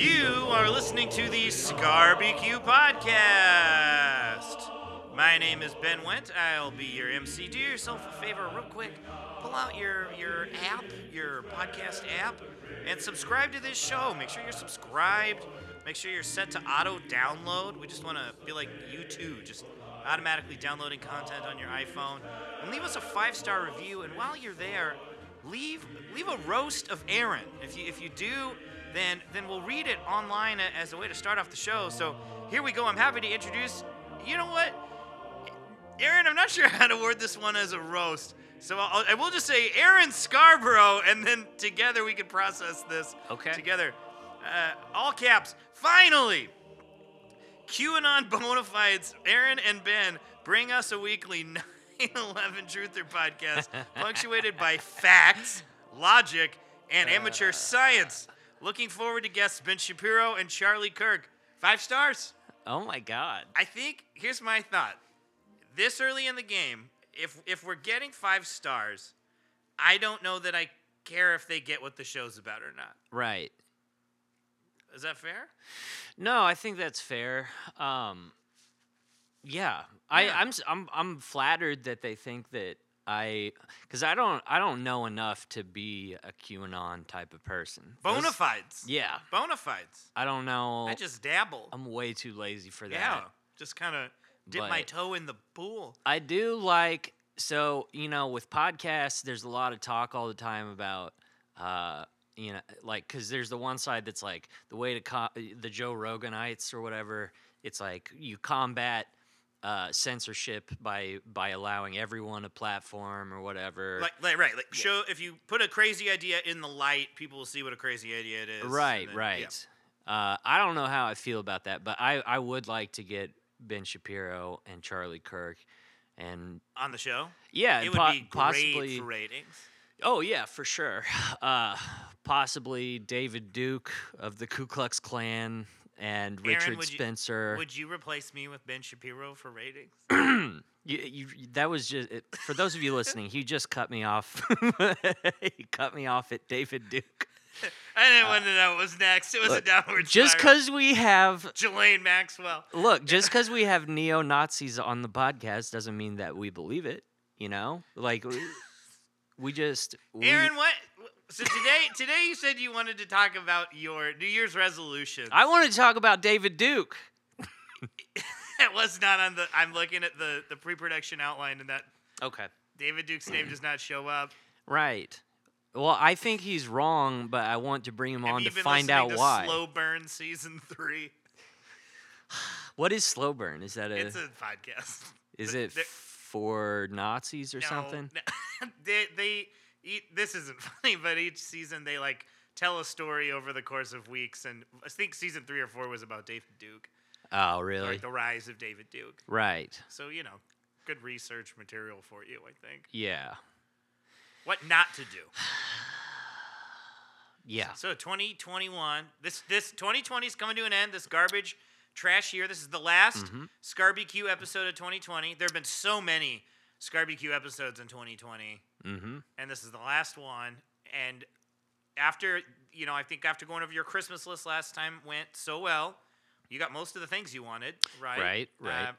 are listening to the Cigar BQ podcast. My name is Ben Went. I'll be your MC. Do yourself a favor, real quick. Pull out your your app, your podcast app, and subscribe to this show. Make sure you're subscribed. Make sure you're set to auto download. We just want to be like YouTube, just automatically downloading content on your iPhone. And leave us a five star review. And while you're there, leave leave a roast of Aaron. If you if you do, then then we'll read it online a- as a way to start off the show. So here we go. I'm happy to introduce. You know what, Aaron? I'm not sure how to word this one as a roast. So I'll, I will just say Aaron Scarborough, and then together we can process this. Okay. Together, uh, all caps. Finally. QAnon bona fides, Aaron and Ben bring us a weekly 9 11 Truther podcast, punctuated by facts, logic, and Uh. amateur science. Looking forward to guests Ben Shapiro and Charlie Kirk. Five stars. Oh my god. I think, here's my thought. This early in the game, if, if we're getting five stars, I don't know that I care if they get what the show's about or not. Right. Is that fair? No, I think that's fair. Um yeah. I Yeah. I'm s- I'm I'm flattered that they think that I cuz I don't I don't know enough to be a QAnon type of person. Those- Bona fides. Yeah. Bona fides. I don't know. I just dabble. I'm way too lazy for that. Yeah, just kind of dip my But- toe in the pool. I do like so you know with podcasts there's a lot of talk all the time about uh you know like cuz there's the one side that's like the way to co- the Joe Roganites or whatever it's like you combat uh, censorship by by allowing everyone a platform or whatever Like, like right, like Yeah. show if you put a crazy idea in the light, people will see what a crazy idea it is. and right then- yeah. right uh, i don't know how i feel about that but i i would like to get ben shapiro and charlie kirk and On the show, yeah it and would po- be great possibly for ratings. Oh yeah, for sure. Uh, possibly David Duke of the Ku Klux Klan and Aaron, Richard would you- Spencer. Would you replace me with Ben Shapiro for ratings? You- you- that was just it, for those of you listening. He just cut me off. he cut me off at David Duke. I didn't want to know what was next. It was a Uh, look, downward Just spiral. because we have Jelaine Maxwell. look, just because we have neo Nazis on the podcast doesn't mean that we believe it. You know, like we, we just we, Aaron, what? So today, today you said you wanted to talk about your New Year's resolution. I want to talk about David Duke. that was not on the. I'm looking at the the pre-production outline, and that Okay. David Duke's name does not show up. Right. Well, I think he's wrong, but I want to bring him Have on you to been find listening out to why. Slow Burn season three. What is slow burn? Is that a, It's a podcast. is th- it there- for Nazis or No, something? no, they they e this isn't funny, but each season they like tell a story over the course of weeks, and I think season three or four was about David Duke, Oh, or, really? like the rise of David Duke. right. So you know, good research material for you, I think. Yeah. What not to do. Yeah. So 2021, this this 2020 is coming to an end. This garbage, trash year. This is the last Scarbq episode of 2020. There have been so many Scarbq episodes in 2020, Mhm. and this is the last one. And after you know, I think after going over your Christmas list last time went so well, you got most of the things you wanted, right? Right, right. Uh,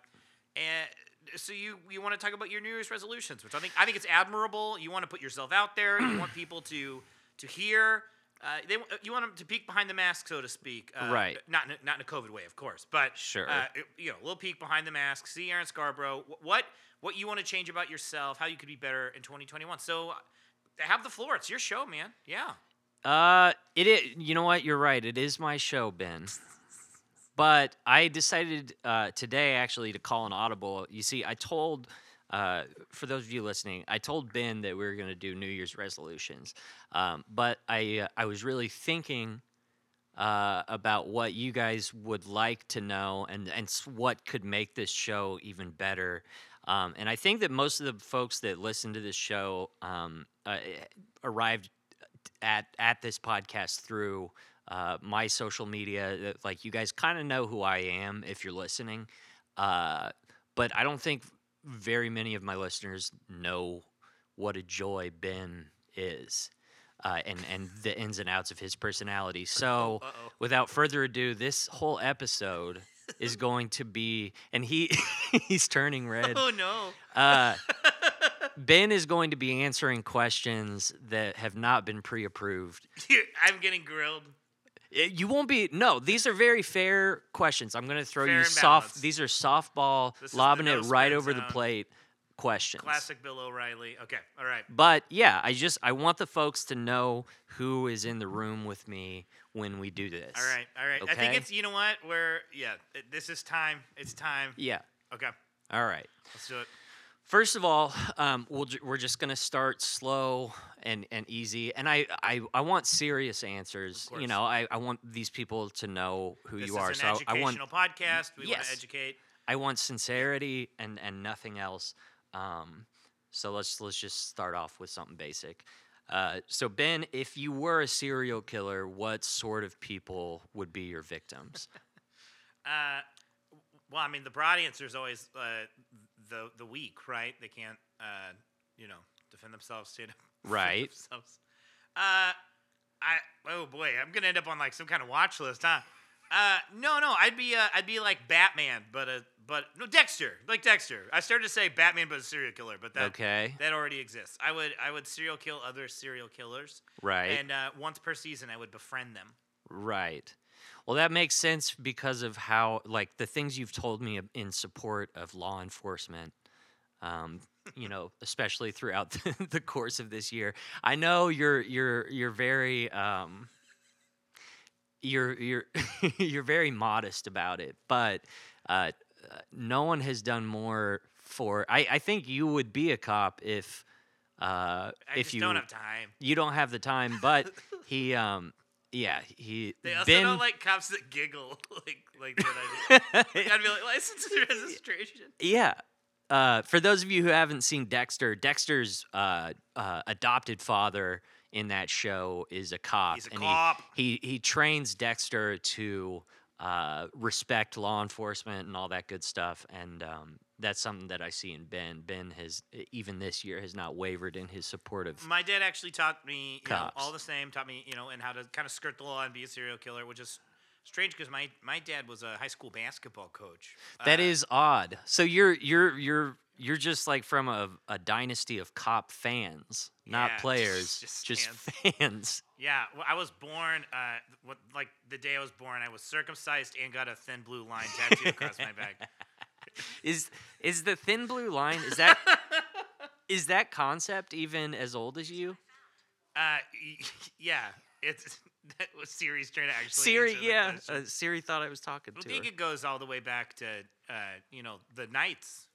and so you you want to talk about your New Year's resolutions, which I think I think it's admirable. You want to put yourself out there. You want people to to hear. Uh, they w- you want them to peek behind the mask, so to speak. Uh, Right. Not in a, not in a COVID way, of course, but Sure. Uh, it- you know, a little peek behind the mask. See Aaron Scarborough. wh- What what you want to change about yourself? How you could be better in 2021. So uh, have the floor. It's your show, man. Yeah. Uh, it is. You know what? You're right. It is my show, Ben. But I decided uh, today actually to call an audible. You see, I told, uh, for those of you listening, I told Ben that we were going to do New Year's resolutions. Um, but I uh, I was really thinking uh, about what you guys would like to know and and s- what could make this show even better. Um, and I think that most of the folks that listen to this show um, uh, arrived uh, at at this podcast through uh, my social media. uh, Like you guys kind of know who I am if you're listening, uh, but I don't think very many of my listeners know what a joy Ben is. uh, and and the ins and outs of his personality. So, without further ado, this whole episode is going to be, and he he's turning red. Oh no. Uh, ben is going to be answering questions that have not been pre-approved. Dude, I'm getting grilled. Uh, You won't be no. These are very fair questions. I'm going to throw Fair you and soft. balanced. These are softball, This is the lobbing it no right spin over the zone. plate questions. Classic Bill O'Reilly. Okay, all right. But yeah, I just I want the folks to know who is in the room with me when we do this. All right, all right. I think Okay. it's you know what? We're yeah. it- This is time. It's time. Yeah. Okay, All right. let's do it. First of all, um, we'll ju- we're just gonna start slow and, and easy, and I, I, I want serious answers. You course. know, I, I want these people to know who This you is are. an So I- I want educational podcast. We want Yes. to educate. I want sincerity and and nothing else. Um, so let's let's just start off with something basic. Uh, so Ben, if you were a serial killer, what sort of people would be your victims? Uh, well, I mean, the broad answer is always uh, the the weak, right? They can't, uh, you know, defend themselves, stand up, for Right. Themselves. Uh, I oh boy, I'm gonna end up on like some kind of watch list, huh? Uh, no, no, I'd be uh, I'd be like Batman, but a but no Dexter, like Dexter. I started to say Batman, but a serial killer, but that okay, that already exists. I would I would serial kill other serial killers, right, and uh, once per season, I would befriend them. right. Well, that makes sense because of how like the things you've told me ab- in support of law enforcement. Um, you know, especially throughout the, the course of this year, I know you're you're you're very um, you're you're you're very modest about it, but uh, uh, no one has done more for. I, I think you would be a cop if uh, I if just you don't have time. you don't have the time, but he um yeah he They also Ben- don't like cops that giggle like like that. I do. I'd be like license and registration. yeah. Uh, for those of you who haven't seen Dexter, Dexter's uh, uh, adopted father in that show is a cop, He's a Uh, and he- cop. he he trains Dexter to uh, respect law enforcement and all that good stuff, and um, that's something that I see in Ben. Ben has even this year has not wavered in his support of. My dad actually taught me you know, Cops. all the same. Taught me you know and how to kind of skirt the law and be a serial killer, which is strange because my my dad was a high school basketball coach. That Uh, is odd. So you're you're you're you're just like from a, a dynasty of cop fans, not Yeah, just- players, just just, fans. yeah. Well, I was born uh, what, like the day I was born, I was circumcised and got a thin blue line tattooed across my back. Is is the thin blue line? Is that is that concept even as old as you? Uh, y- yeah, it's that was Siri's trying to actually Siri, answer the yeah, question. uh, Siri thought I was talking I to her. think it goes all the way back to uh, you know the knights,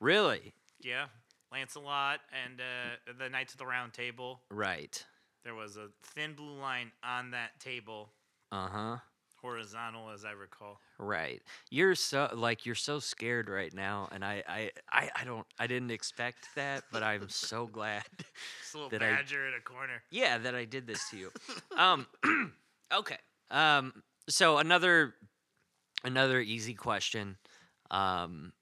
Really? yeah, Lancelot and uh, the Knights of the Round Table. Right. There was a thin blue line on that table, Uh huh. horizontal as I recall. Right. You're so like you're so scared right now, and I I I, I don't I didn't expect that, but I'm so glad. Just a little That I- badger in a corner. Yeah, that I did this to you. Um. okay. Um. So another another easy question. Um.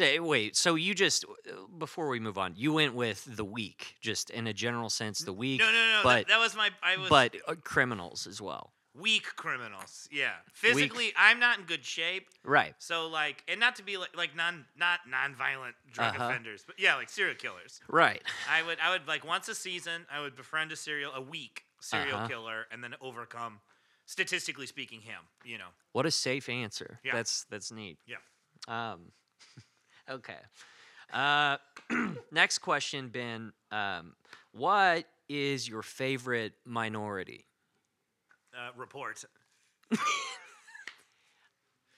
eh, Wait. So you just before we move on, you went with the weak, just in a general sense, the weak. No, no, no. that- But that, was my. I was but uh, criminals as well. weak criminals. Yeah, physically, I'm not in good shape. Right. So like, and not to be like like non not non-violent drug Uh-huh. offenders, but yeah, like serial killers. Right. I would I would like once a season I would befriend a serial a weak serial Uh-huh. killer and then overcome statistically speaking him, you know. What a safe answer. Yeah. That's that's neat. Yeah. Um, okay. Uh, next question, Ben. Um, what is your favorite minority? Uh, report.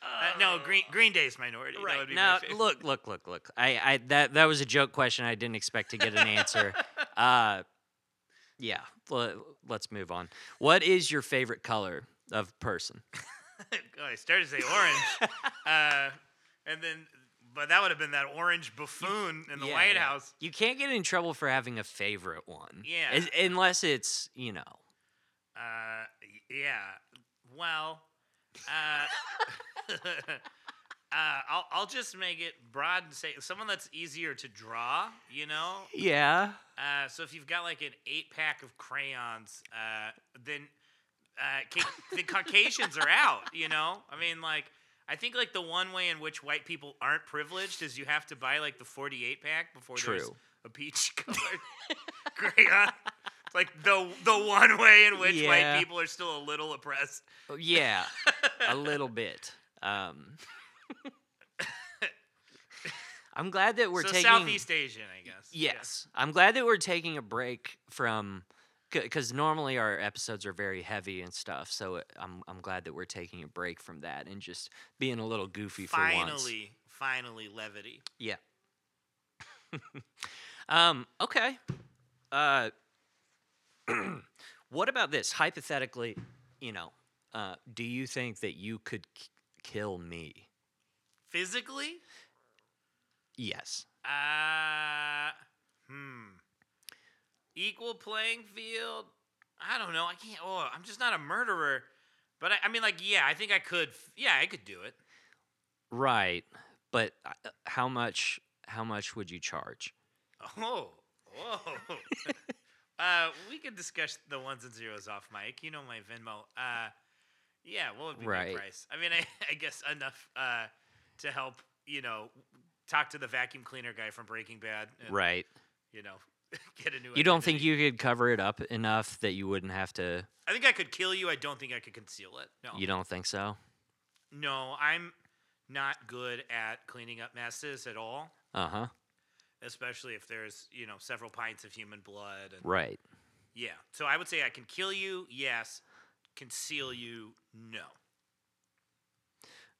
Uh, no, Green Green Day's minority. That would be my Oh. now, favorite. look, look, look, look. I, I that that was a joke question. I didn't expect to get an answer. uh, yeah. Let, let's move on. What is your favorite color of person? Oh, I started to say orange. uh, and then but that would have been that orange buffoon in the Yeah, White yeah. House. You can't get in trouble for having a favorite one. Yeah. As- unless it's you know. Uh, y- yeah. Well, uh, Uh, I'll, I'll just make it broad and say someone that's easier to draw, you know? Yeah. Uh, so if you've got like an eight pack of crayons, uh, then uh, ca- the Caucasians are out, you know? I mean, like, I think like the one way in which white people aren't privileged is you have to buy like the 48 pack before there's True. a peach colored crayon. It's like the the one way in which Yeah. white people are still a little oppressed. Oh, Yeah. a little bit. Um, I'm glad that we're so taking. Southeast Asian, I guess. Yes. I'm glad that we're taking a break from because normally our episodes are very heavy and stuff. So it- I'm I'm glad that we're taking a break from that and just being a little goofy for once. Finally, finally levity. Yeah. um, okay. Uh, what about this? Hypothetically, you know, uh, do you think that you could k- kill me? Physically? Yes. Uh, hmm. Equal playing field? I don't know. I can't. Oh, I'm just not a murderer. But I, I mean, like, yeah, I think I could. f- Yeah, I could do it. Right. But uh, uh, how much? How much would you charge? Oh, whoa. uh, we could discuss the ones and zeros off mic. You know my Venmo. Uh, yeah, what would be Right. my price? I mean, I, I guess enough uh, to help, you know, talk to the vacuum cleaner guy from Breaking Bad. And, Right. You know, get a new. You don't think identity. you could cover it up enough that you wouldn't have to? I think I could kill you. I don't think I could conceal it. No. You don't think so? No, I'm not good at cleaning up messes at all, Uh huh. especially if there's, you know, several pints of human blood. And, Right. yeah. So I would say I can kill you, yes. Conceal you, no.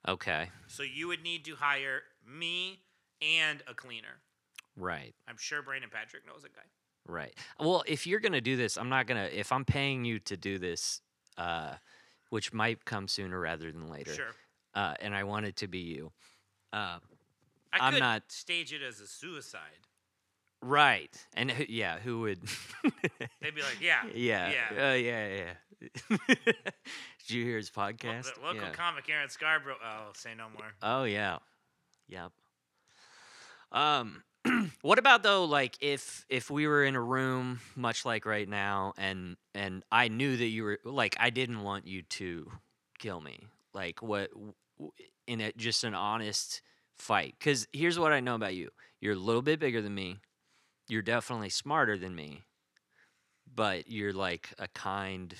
Okay. So you would need to hire me and a cleaner. Right. I'm sure Brandon Patrick knows a guy. Right. Well, if you're gonna do this, I'm not gonna. If I'm paying you to do this, uh, which might come sooner rather than later, Sure. uh, and I want it to be you. Uh, I I'm could not- stage it as a suicide. right. And who- yeah, who would? They'd be like, yeah. yeah. Yeah. Uh, yeah. Yeah. Did you hear his lo- podcast? the local yeah. comic Aaron Scarborough. Oh, say no more. Oh yeah. Yep. Um what about though like if if we were in a room much like right now and and I knew that you were like I didn't want you to kill me. Like what w- in a just an honest fight cuz here's what I know about you. You're a little bit bigger than me. You're definitely smarter than me. But you're like a kind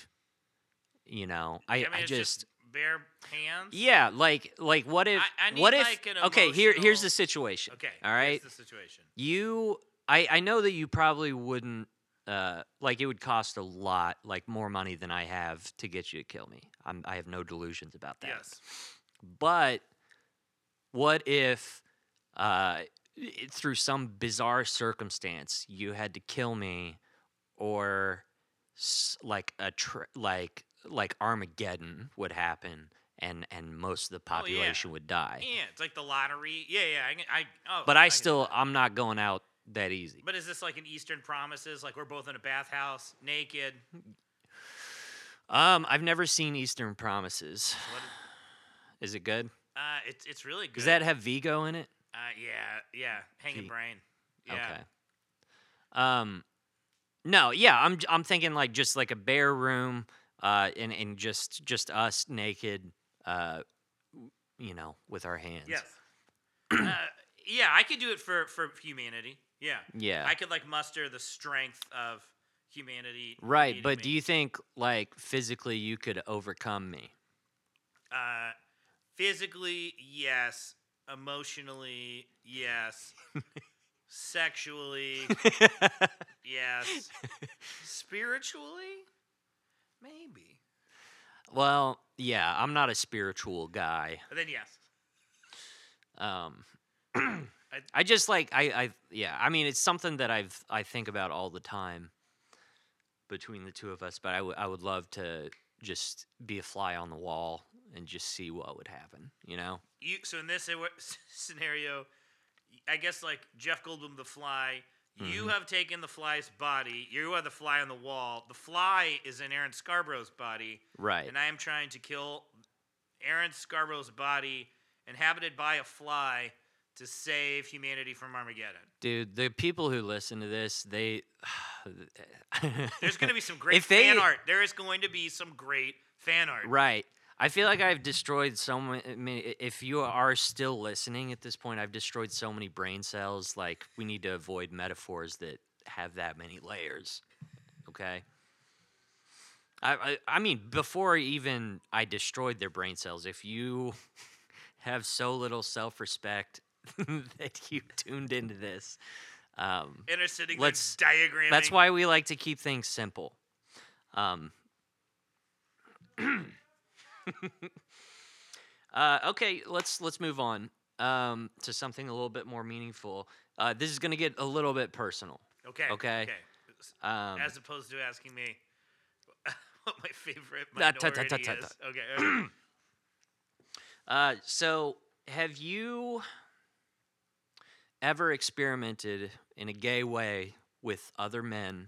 you know. I I mean, I it's just, just bare hands. yeah, like like what if I- I need, what if like, an okay, here here's the emotional- situation. Okay. All here's right. the situation. You I I know that you probably wouldn't uh like it would cost a lot like more money than I have to get you to kill me. I'm I have no delusions about that. Yes. But what if uh i- through some bizarre circumstance you had to kill me or s- like a tr like like Armageddon would happen and and most of the Oh, yeah. population would die. Yeah, it's like the lottery. Yeah, yeah. I, can- I oh, But I can- still I'm not going out that easy. But is this like an Eastern Promises? Like we're both in a bathhouse, naked. Um I've never seen Eastern Promises. What, Is it good? uh, it's it's really good. Does that have Vigo in it? Uh, yeah, yeah. Hanging Gee. brain. Yeah. Okay. Um, no, yeah, I'm j- I'm thinking like just like a bare room, uh, and and just just us naked, uh, w- you know, with our hands. Yes. uh, yeah, I could do it for for humanity. Yeah. Yeah. I could like muster the strength of humanity. right, needing but do me. you think like physically you could overcome me? Uh, physically, yes. Emotionally, yes. Sexually, yes. Spiritually, maybe. well, yeah, I'm not a spiritual guy. But then yes. Um, I just like I I yeah. I mean, it's something that I've I think about all the time between the two of us. But I would I would love to just be a fly on the wall and just see what would happen. You know? You so in this scenar- scenario, I guess like Jeff Goldblum, The Fly. You Mhm. have taken the fly's body. You are the fly on the wall. The fly is in Aaron Scarborough's body, Right. and I am trying to kill Aaron Scarborough's body inhabited by a fly to save humanity from Armageddon. Dude, the people who listen to this, they eh, There's going to be some great If they- fan art. There is going to be some great fan art. Right. I feel like I've destroyed so many. I mean, i- if you are still listening at this point, I've destroyed so many brain cells. Like, we need to avoid metaphors that have that many layers. Okay. I, I, I mean, before even I destroyed their brain cells, if you have so little self respect that you tuned into this, um, And are sitting Let's- there diagramming. that's why we like to keep things simple. Um, uh, okay, let's let's move on um, to something a little bit more meaningful. Uh, this is going to get a little bit personal. Okay. Okay. Okay. Um, as opposed to asking me what my favorite Ta- minority ta- ta- ta- ta- is. Okay, okay. uh, so, have you ever experimented in a gay way with other men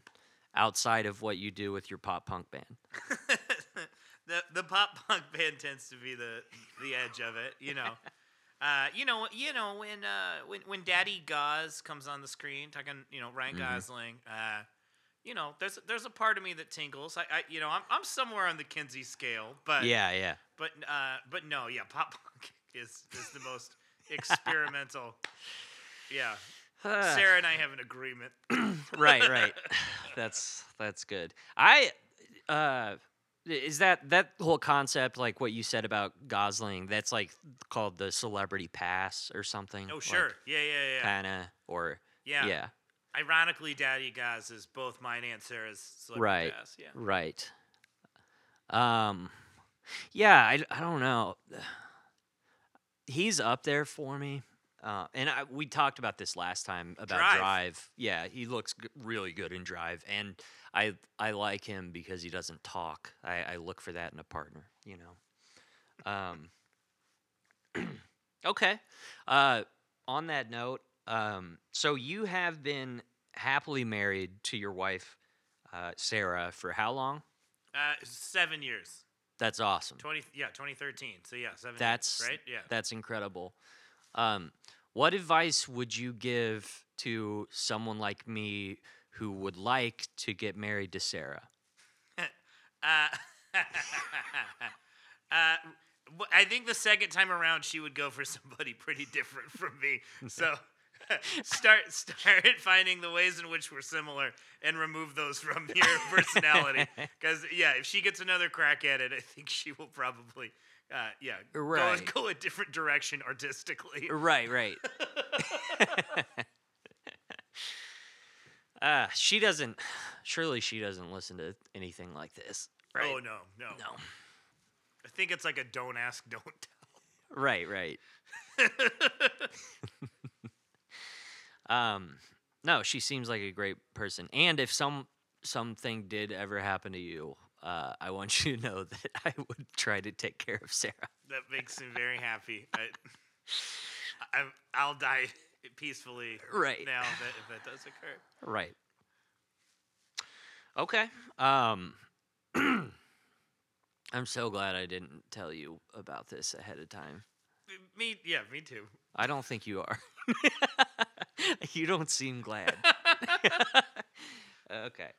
outside of what you do with your pop punk band? the the pop punk band tends to be the the edge of it, you know. Uh, you know, you know when uh, when when Daddy Gauze comes on the screen, talking, you know, Ryan Mhm. Gosling. Uh, you know, there's there's a part of me that tingles. I, I you know, I'm I'm somewhere on the Kinsey scale, but yeah, yeah. but uh, but no, yeah, pop punk is is the most experimental. Yeah, Uh. Sarah and I have an agreement. Oh, right right that's that's good i uh is that that whole concept like what you said about gosling that's like called the celebrity pass or something Oh sure, yeah, yeah, yeah, kind of or yeah. yeah, Ironically, Daddy Gaz is both mine and Sarah's celebrity Right. Gaz. Yeah, right um yeah i, I don't know he's up there for me uh, and I, we talked about this last time about Drive. drive, yeah he looks g- really good in drive and i i like him because he doesn't talk i, I look for that in a partner you know um okay uh on that note um so you have been happily married to your wife uh, sarah for how long uh, seven years, that's awesome twenty, yeah, twenty thirteen. So yeah, seven. years, That's- right. Yeah. That's incredible. Um, what advice would you give to someone like me who would like to get married to Sarah? Uh, uh, w- I think the second time around, she would go for somebody pretty different from me. So start start finding the ways in which we're similar and remove those from your personality. Because yeah, if she gets another crack at it, I think she will probably. Uh, yeah, go- Right. go, a different direction artistically. Right, right. uh, she doesn't. Surely she doesn't listen to anything like this. Right. Oh no, no, No. I think it's like a don't ask, don't tell. Right, right. um, no, she seems like a great person. And if some something did ever happen to you, uh, I want you to know that I would try to take care of Sarah. That makes me very happy. I, I, I'll die peacefully Right. now that, if that does occur. Right. Okay. Um I'm so glad I didn't tell you about this ahead of time. Me, yeah, me too. I don't think you are. you don't seem glad. okay.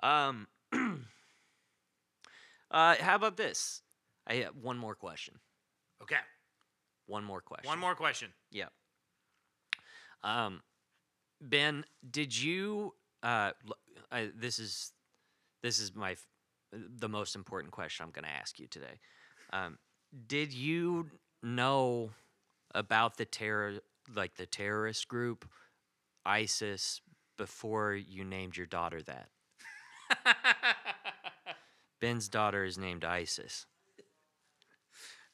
Um. uh, how about this? I have one more question. Okay, One more question. one more question. Yeah. Um, Ben, did you? Uh, l- I, this is this is my f- the most important question I'm going to ask you today. Um, did you know about the terror, like the terrorist group ISIS, before you named your daughter that? Uh, Ben's daughter is named ISIS.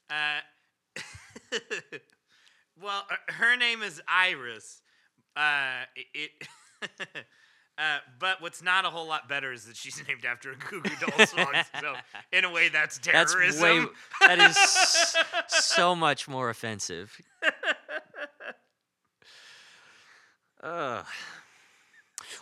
Uh, well, her- her name is Iris. Uh, it. Uh, but what's not a whole lot better is that she's named after a Goo Goo Dolls song. So in a way, that's That's terrorism. way. That is s- so much more offensive. Ugh.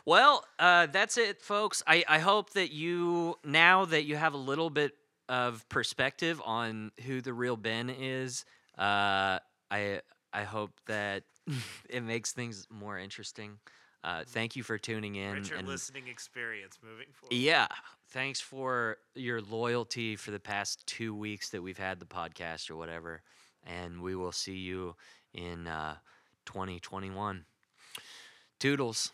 Well, uh, that's it, folks. I, I hope that you now that you have a little bit of perspective on who the real Ben is, uh, Uh, I I hope that it makes things more interesting. Uh, thank you for tuning in. Richer and- listening experience moving forward. yeah. Thanks for your loyalty for the past two weeks that we've had the podcast or whatever. And we will see you in uh, 2021. Toodles.